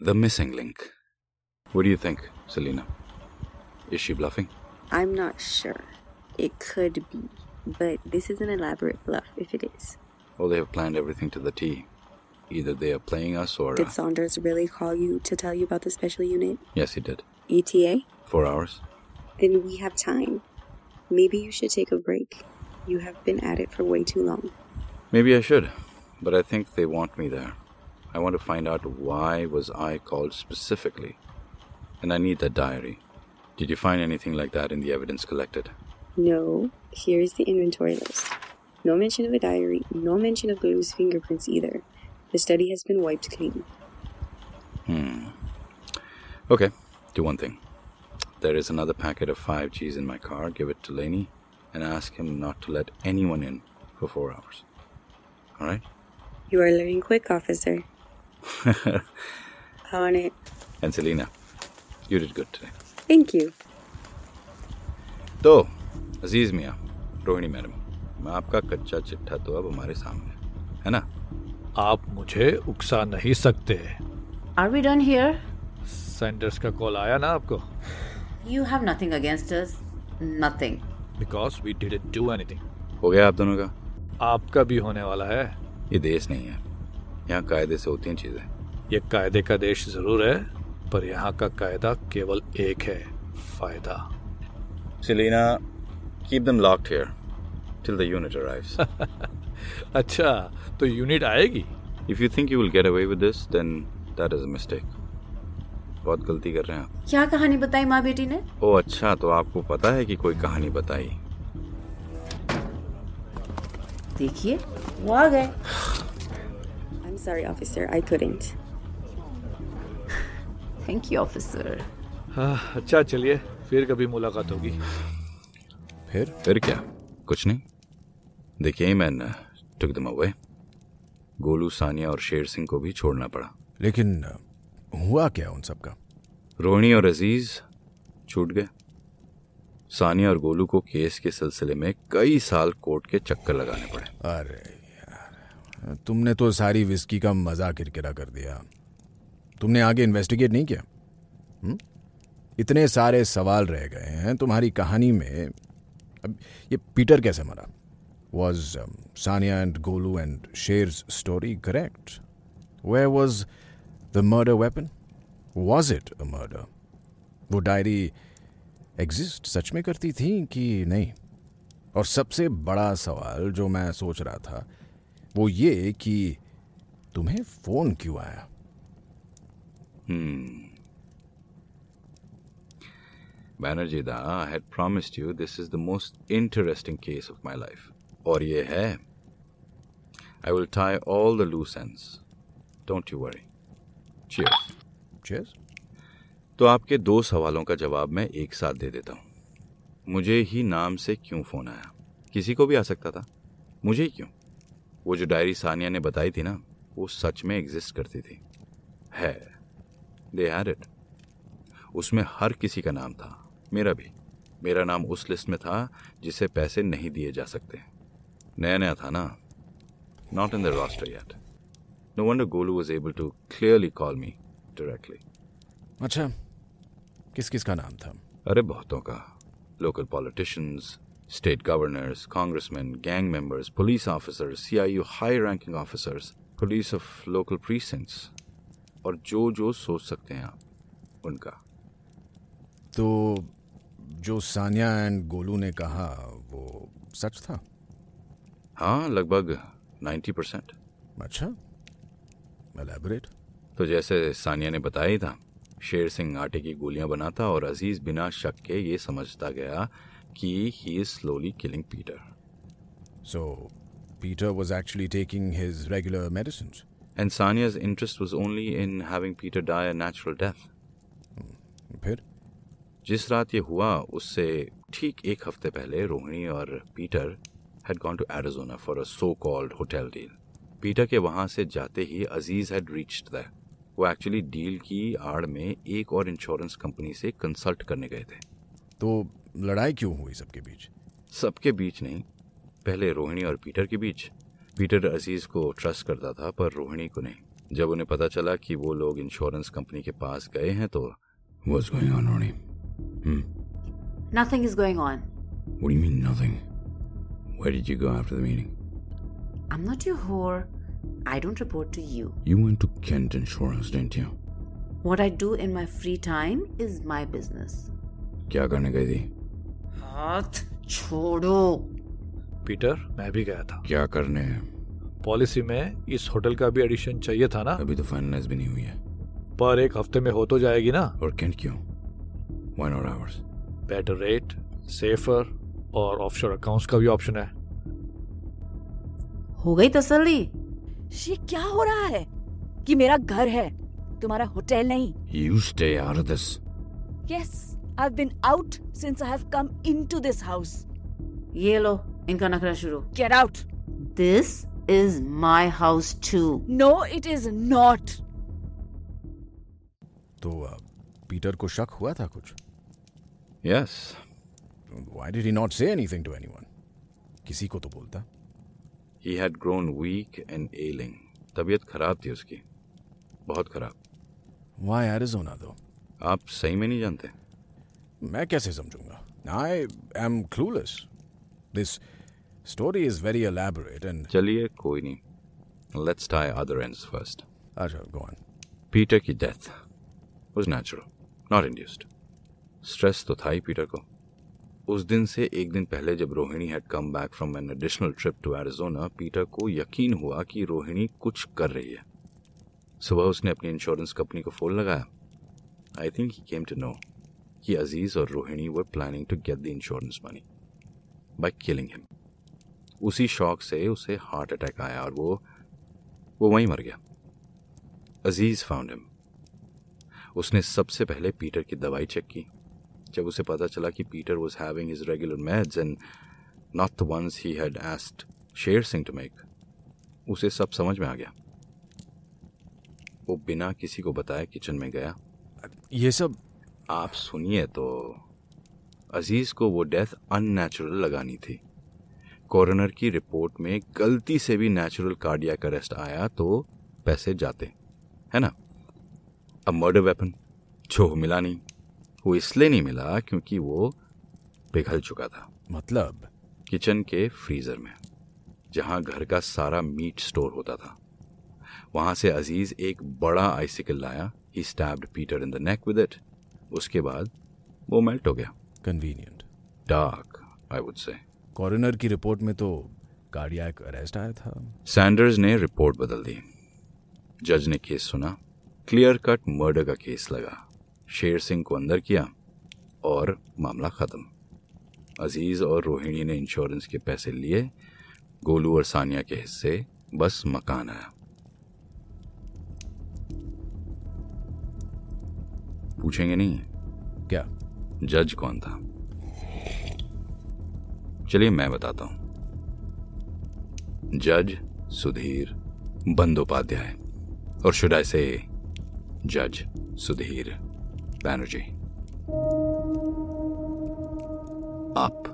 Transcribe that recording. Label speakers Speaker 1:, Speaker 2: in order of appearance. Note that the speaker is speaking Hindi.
Speaker 1: The missing link. What do you think, Selena? Is she bluffing?
Speaker 2: I'm not sure. It could be, but this is an elaborate bluff if it is.
Speaker 1: Or they have planned everything to the T. Either they are playing us or. uh,
Speaker 2: Did Saunders really call you to tell you about the special unit?
Speaker 1: yes, he did.
Speaker 2: ETA?
Speaker 1: Four hours?
Speaker 2: Then we have time. Maybe you should take a break. You have been at it for way too long.
Speaker 1: Maybe I should, but I think they want me there. I want to find out why was I called specifically, and I need that diary. Did you find anything like that in the evidence collected?
Speaker 2: No, here is the inventory list. No mention of a diary, no mention of Lulu's fingerprints either. The study has been wiped clean.
Speaker 1: Okay, do one thing. There is another packet of 5Gs in my car. Give it to Laney and ask him not to let anyone in for four hours. All right?
Speaker 2: You are learning quick, officer. On it.
Speaker 1: And Selena, you did good today.
Speaker 2: Thank you.
Speaker 1: तो अजीज मियाँ रोहिणी मैडम आपका कच्चा चिट्ठा तो अब हमारे सामने है, है ना
Speaker 3: आप मुझे उकसा नहीं सकते
Speaker 4: Are we done here?
Speaker 3: Sanders का कॉल आया ना आपको
Speaker 4: You have nothing against us. Nothing.
Speaker 3: Because we didn't do anything
Speaker 1: हो गया आप दोनों का
Speaker 3: आपका भी होने वाला है
Speaker 1: ये देश नहीं है यहाँ कायदे से होती हैं चीज़ें
Speaker 3: ये कायदे का देश जरूर है पर यहाँ का कायदा केवल एक है फायदा
Speaker 1: Selina keep them locked here till the unit arrives
Speaker 3: अच्छा तो यूनिट आएगी
Speaker 1: if you think you will get away with this then that is a mistake बहुत गलती कर रहे हैं आप
Speaker 4: क्या कहानी बताई माँ बेटी ने
Speaker 1: ओ अच्छा तो आपको पता है कि कोई कहानी बताई
Speaker 4: देखिए वो आ गए
Speaker 2: I'm sorry, officer. I couldn't.
Speaker 4: Thank you officer
Speaker 3: हाँ, अच्छा चलिए फिर कभी मुलाकात होगी
Speaker 1: फिर फिर क्या कुछ नहीं देखिए मैन टुक दम अवे गोलू सानिया और शेर सिंह को भी छोड़ना पड़ा
Speaker 5: लेकिन अ, हुआ क्या उन सब का
Speaker 1: रोहिणी और अजीज छूट गए सानिया और गोलू को केस के सिलसिले में कई साल कोर्ट के चक्कर लगाने पड़े
Speaker 5: अरे यार तुमने तो सारी विस्की का मजा किरकिरा कर दिया तुमने आगे इन्वेस्टिगेट नहीं किया हम्म? इतने सारे सवाल रह गए हैं तुम्हारी कहानी में अब ये पीटर कैसे मरा um, was Sania and Golu and शेर्स story correct way was the murder weapon was it a murder वो डायरी एग्जिस्ट सच में करती थी कि नहीं और सबसे बड़ा सवाल जो मैं सोच रहा था वो ये कि तुम्हें फोन क्यों आया
Speaker 1: Banerjee da I had promised you this is the most interesting case of my life और ये है I will tie all the loose ends don't you worry cheers
Speaker 5: Chase
Speaker 1: तो आपके दो सवालों का जवाब मैं एक साथ दे देता हूँ मुझे ही नाम से क्यों फ़ोन आया किसी को भी आ सकता था मुझे ही क्यों वो जो डायरी सानिया ने बताई थी ना वो सच में एग्जिस्ट करती थी है दे हैड इट उसमें हर किसी का नाम था मेरा भी मेरा नाम उस लिस्ट में था जिसे पैसे नहीं दिए जा सकते नया नया था ना not in the roster yet no wonder Golu was able to clearly call me directly
Speaker 5: अच्छा किस किस का नाम था
Speaker 1: अरे बहुतों का local politicians state governors congressman gang members police officers CIU high ranking officers police of local precincts और जो जो सोच सकते हैं आप उनका
Speaker 5: तो जो सानिया एंड गोलू ने कहा वो सच था
Speaker 1: हाँ लगभग 90 परसेंट
Speaker 5: अच्छा एलेबरेट
Speaker 1: तो जैसे सानिया ने बताया ही था शेर सिंह आटे की गोलियां बनाता और अजीज बिना शक के ये समझता गया कि he is slowly killing Peter
Speaker 5: so Peter was actually taking his regular medicine
Speaker 1: and Sania's interest was only in having Peter die a natural death
Speaker 5: फिर
Speaker 1: जिस रात ये हुआ उससे ठीक एक हफ्ते पहले रोहिणी और Peter had gone to Arizona for a so called hotel deal Peter के वहाँ से जाते ही अजीज हैड रीच्ड दैट वो एक्चुअली डील की आड़ में एक और इंश्योरेंस कंपनी से कंसल्ट करने गए थे
Speaker 5: तो लड़ाई क्यों हुई सबके बीच
Speaker 1: सबके बीच नहीं पहले रोहिणी और पीटर के बीच पीटर अजीज को ट्रस्ट करता था पर रोहिणी को नहीं जब उन्हें पता चला कि वो लोग इंश्योरेंस कंपनी के पास गए हैं तो what's going on Roni what
Speaker 4: Nothing is going on.
Speaker 1: Do you mean nothing where did you go after the meeting
Speaker 4: I'm not your whore. I don't report to you.
Speaker 1: You went to Kent insurance didn't you
Speaker 4: What I do in my free time is my business.
Speaker 1: क्या करने गई थी
Speaker 4: हाथ छोड़ो.
Speaker 3: पीटर मैं भी गया था
Speaker 1: क्या करने
Speaker 3: पॉलिसी में इस होटल का भी एडिशन चाहिए था ना
Speaker 1: अभी तो फाइनलाइज भी नहीं हुई है
Speaker 3: पर एक हफ्ते में हो तो जाएगी ना
Speaker 1: और कैंट क्यों why not ours
Speaker 3: better rate safer और ऑफशोर अकाउंट्स का भी ऑप्शन है
Speaker 4: हो गई तसल्ली
Speaker 6: ये क्या हो रहा है कि मेरा घर है तुम्हारा होटल नहीं
Speaker 1: you stay out of this
Speaker 6: yes I have been out since I have come into this house
Speaker 4: ये लो इनका नखरा शुरू
Speaker 6: get out
Speaker 4: this is my house to
Speaker 6: know it is not
Speaker 5: तो अ, पीटर को शक हुआ था कुछ
Speaker 1: yes
Speaker 5: why did he not say anything to anyone किसी को तो बोलता
Speaker 1: ही had grown weak and ailing तबीयत खराब थी उसकी बहुत खराब
Speaker 5: वाई एरिजोना दो
Speaker 1: आप सही में नहीं जानते
Speaker 5: मैं कैसे समझूंगा I am clueless this story is very elaborate and
Speaker 1: चलिए कोई नहीं let's tie other ends first
Speaker 5: अच्छा गो ऑन
Speaker 1: पीटर की death was natural not induced stress तो था ही पीटर को उस दिन से एक दिन पहले जब Rohini had come back from an additional trip to Arizona Peter को यकीन हुआ कि रोहिणी कुछ कर रही है सुबह उसने अपनी इंश्योरेंस कंपनी को फ़ोन लगाया I think he came to know कि अजीज़ और Rohini were planning to get the insurance money by killing him उसी शौक से उसे हार्ट अटैक आया और वो वो वहीं मर गया अजीज फाउंड हिम उसने सबसे पहले पीटर की दवाई चेक की जब उसे पता चला कि Peter was having his regular meds and not the ones he had asked Sher Singh to make उसे सब समझ में आ गया वो बिना किसी को बताए किचन में गया
Speaker 5: ये सब
Speaker 1: आप सुनिए तो अजीज को वो डेथ अननेचुरल लगानी थी कोरोनर की रिपोर्ट में गलती से भी नेचुरल कार्डियक अरेस्ट आया तो पैसे जाते है ना अब मर्डर वेपन जो मिला नहीं वो इसलिए नहीं मिला क्योंकि वो पिघल चुका था
Speaker 5: मतलब
Speaker 1: किचन के फ्रीजर में जहां घर का सारा मीट स्टोर होता था वहां से अजीज एक बड़ा आइसिकल लाया ही stabbed Peter in the neck with it उसके बाद वो मेल्ट हो गया
Speaker 5: कन्वीनियंट
Speaker 1: डार्क आई वुड से
Speaker 5: कॉरोनर की रिपोर्ट में तो कार्डियक अरेस्ट आया था
Speaker 1: सैंडर्स ने रिपोर्ट बदल दी जज ने केस सुना क्लियर कट मर्डर का केस लगा शेर सिंह को अंदर किया और मामला खत्म अजीज और रोहिणी ने इंश्योरेंस के पैसे लिए गोलू और सानिया के हिस्से बस मकान आया पूछेंगे नहीं
Speaker 5: क्या
Speaker 1: जज कौन था चलिए मैं बताता हूं जज सुधीर बंदोपाध्याय और शुड आई से जज सुधीर बैनर्जी आप